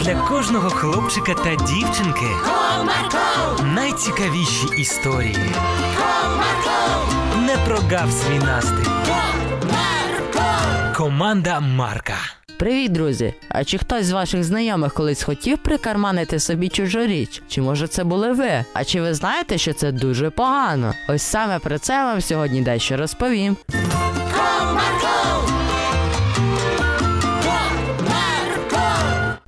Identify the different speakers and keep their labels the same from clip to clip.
Speaker 1: для кожного хлопчика та дівчинки
Speaker 2: Comarco,
Speaker 1: найцікавіші історії.
Speaker 2: Comarco,
Speaker 1: Не прогав свій настрій.
Speaker 2: Comarco.
Speaker 1: Команда Марка.
Speaker 3: Привіт, друзі! А чи хтось з ваших знайомих колись хотів прикарманити собі чужу річ? Чи може це були ви? А чи ви знаєте, що це дуже погано? Ось саме про це я вам сьогодні дещо розповім.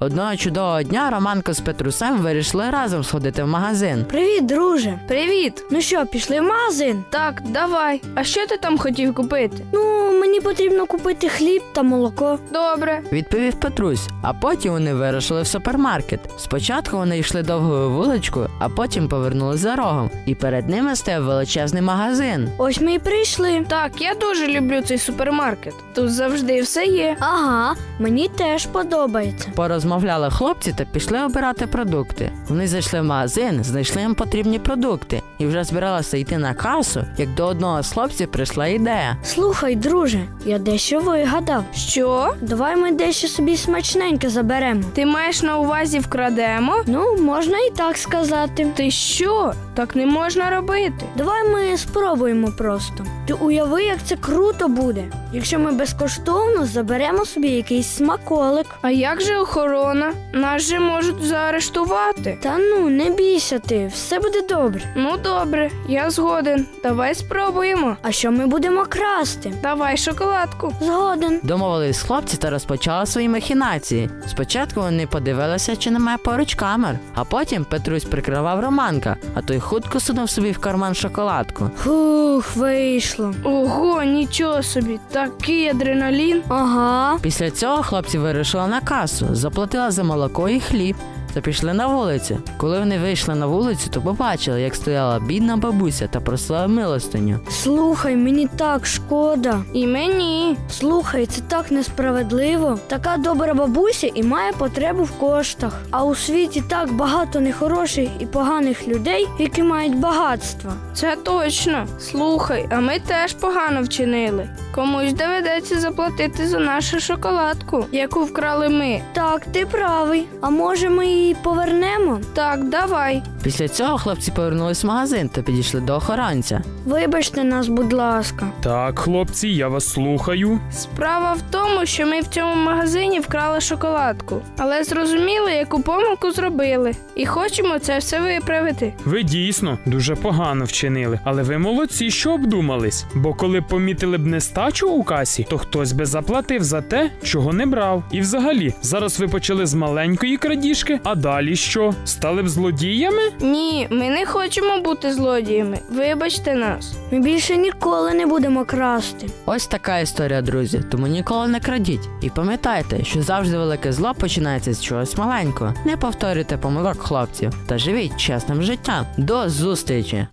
Speaker 3: Одного чудового дня Романко з Петрусем вирішили разом сходити в магазин.
Speaker 4: Привіт, друже.
Speaker 5: Привіт!
Speaker 4: Ну що, пішли в магазин?
Speaker 5: Так, давай. А що ти там хотів купити?
Speaker 4: Ну, мені потрібно купити хліб та молоко.
Speaker 5: Добре.
Speaker 3: Відповів Петрусь, а потім вони вирішили в супермаркет. Спочатку вони йшли довгою вуличкою, а потім повернули за рогом, і перед ними стояв величезний магазин.
Speaker 4: Ось ми і прийшли.
Speaker 5: Так, я дуже люблю цей супермаркет. Тут завжди все є.
Speaker 4: Ага, мені теж подобається.
Speaker 3: Порозмовляли хлопці та пішли обирати продукти. Вони зайшли в магазин, знайшли їм потрібні продукти і вже збиралися йти на касу, як до одного з хлопців прийшла ідея.
Speaker 4: Слухай, друже, я дещо вигадав.
Speaker 5: Що?
Speaker 4: Давай ми дещо собі смачненьке заберемо.
Speaker 5: Ти маєш на увазі вкрадемо?
Speaker 4: Ну, можна і так сказати.
Speaker 5: Ти що? Так не можна робити.
Speaker 4: Давай ми спробуємо просто. Ти уяви, як це круто буде, якщо ми безкоштовно заберемо собі якийсь смаколик.
Speaker 5: А як же охорона? Нас же можуть заарештувати.
Speaker 4: Та ну, не бійся ти, все буде добре.
Speaker 5: Ну добре, я згоден. Давай спробуємо.
Speaker 4: А що ми будемо красти?
Speaker 5: Давай шоколадку.
Speaker 4: Згоден.
Speaker 3: Домовились хлопці та розпочали свої махінації. Спочатку вони подивилися, чи немає поруч камер, а потім Петрусь прикривав Романка, а той хутко сунув собі в карман шоколадку.
Speaker 4: Фух, вийшло.
Speaker 5: Ого, нічого собі, такий адреналін.
Speaker 4: Ага.
Speaker 3: Після цього хлопці вирішили на касу, заплатили за молоко і хліб та пішли на вулицю. Коли вони вийшли на вулицю, то побачили, як стояла бідна бабуся та просила милостиню.
Speaker 4: Слухай, мені так шкода.
Speaker 5: І мені.
Speaker 4: Слухай, це так несправедливо. Така добра бабуся і має потребу в коштах. А у світі так багато нехороших і поганих людей, які мають багатство.
Speaker 5: Це точно. Слухай, а ми теж погано вчинили. Комусь доведеться заплатити за нашу шоколадку, яку вкрали ми.
Speaker 4: Так, ти правий. А може ми її повернемо?
Speaker 5: Так, давай.
Speaker 3: Після цього хлопці повернулись в магазин та підійшли до охоронця.
Speaker 4: Вибачте нас, будь ласка.
Speaker 6: Так, хлопці, я вас слухаю.
Speaker 5: Справа в тому, що ми в цьому магазині вкрали шоколадку, але зрозуміли, яку помилку зробили, і хочемо це все виправити.
Speaker 6: Ви дійсно дуже погано вчинили, але ви молодці, що обдумались. Бо коли б помітили б нестачу у касі, то хтось би заплатив за те, чого не брав. І взагалі, зараз ви почали з маленької крадіжки, а далі що? Стали б злодіями?
Speaker 5: Ні, ми не хочемо бути злодіями. Вибачте нас.
Speaker 4: Ми більше ніколи не будемо красти.
Speaker 3: Ось така історія, друзі. Тому ніколи не крадіть. І пам'ятайте, що завжди велике зло починається з чогось маленького. Не повторюйте помилок хлопців та живіть чесним життям. До зустрічі!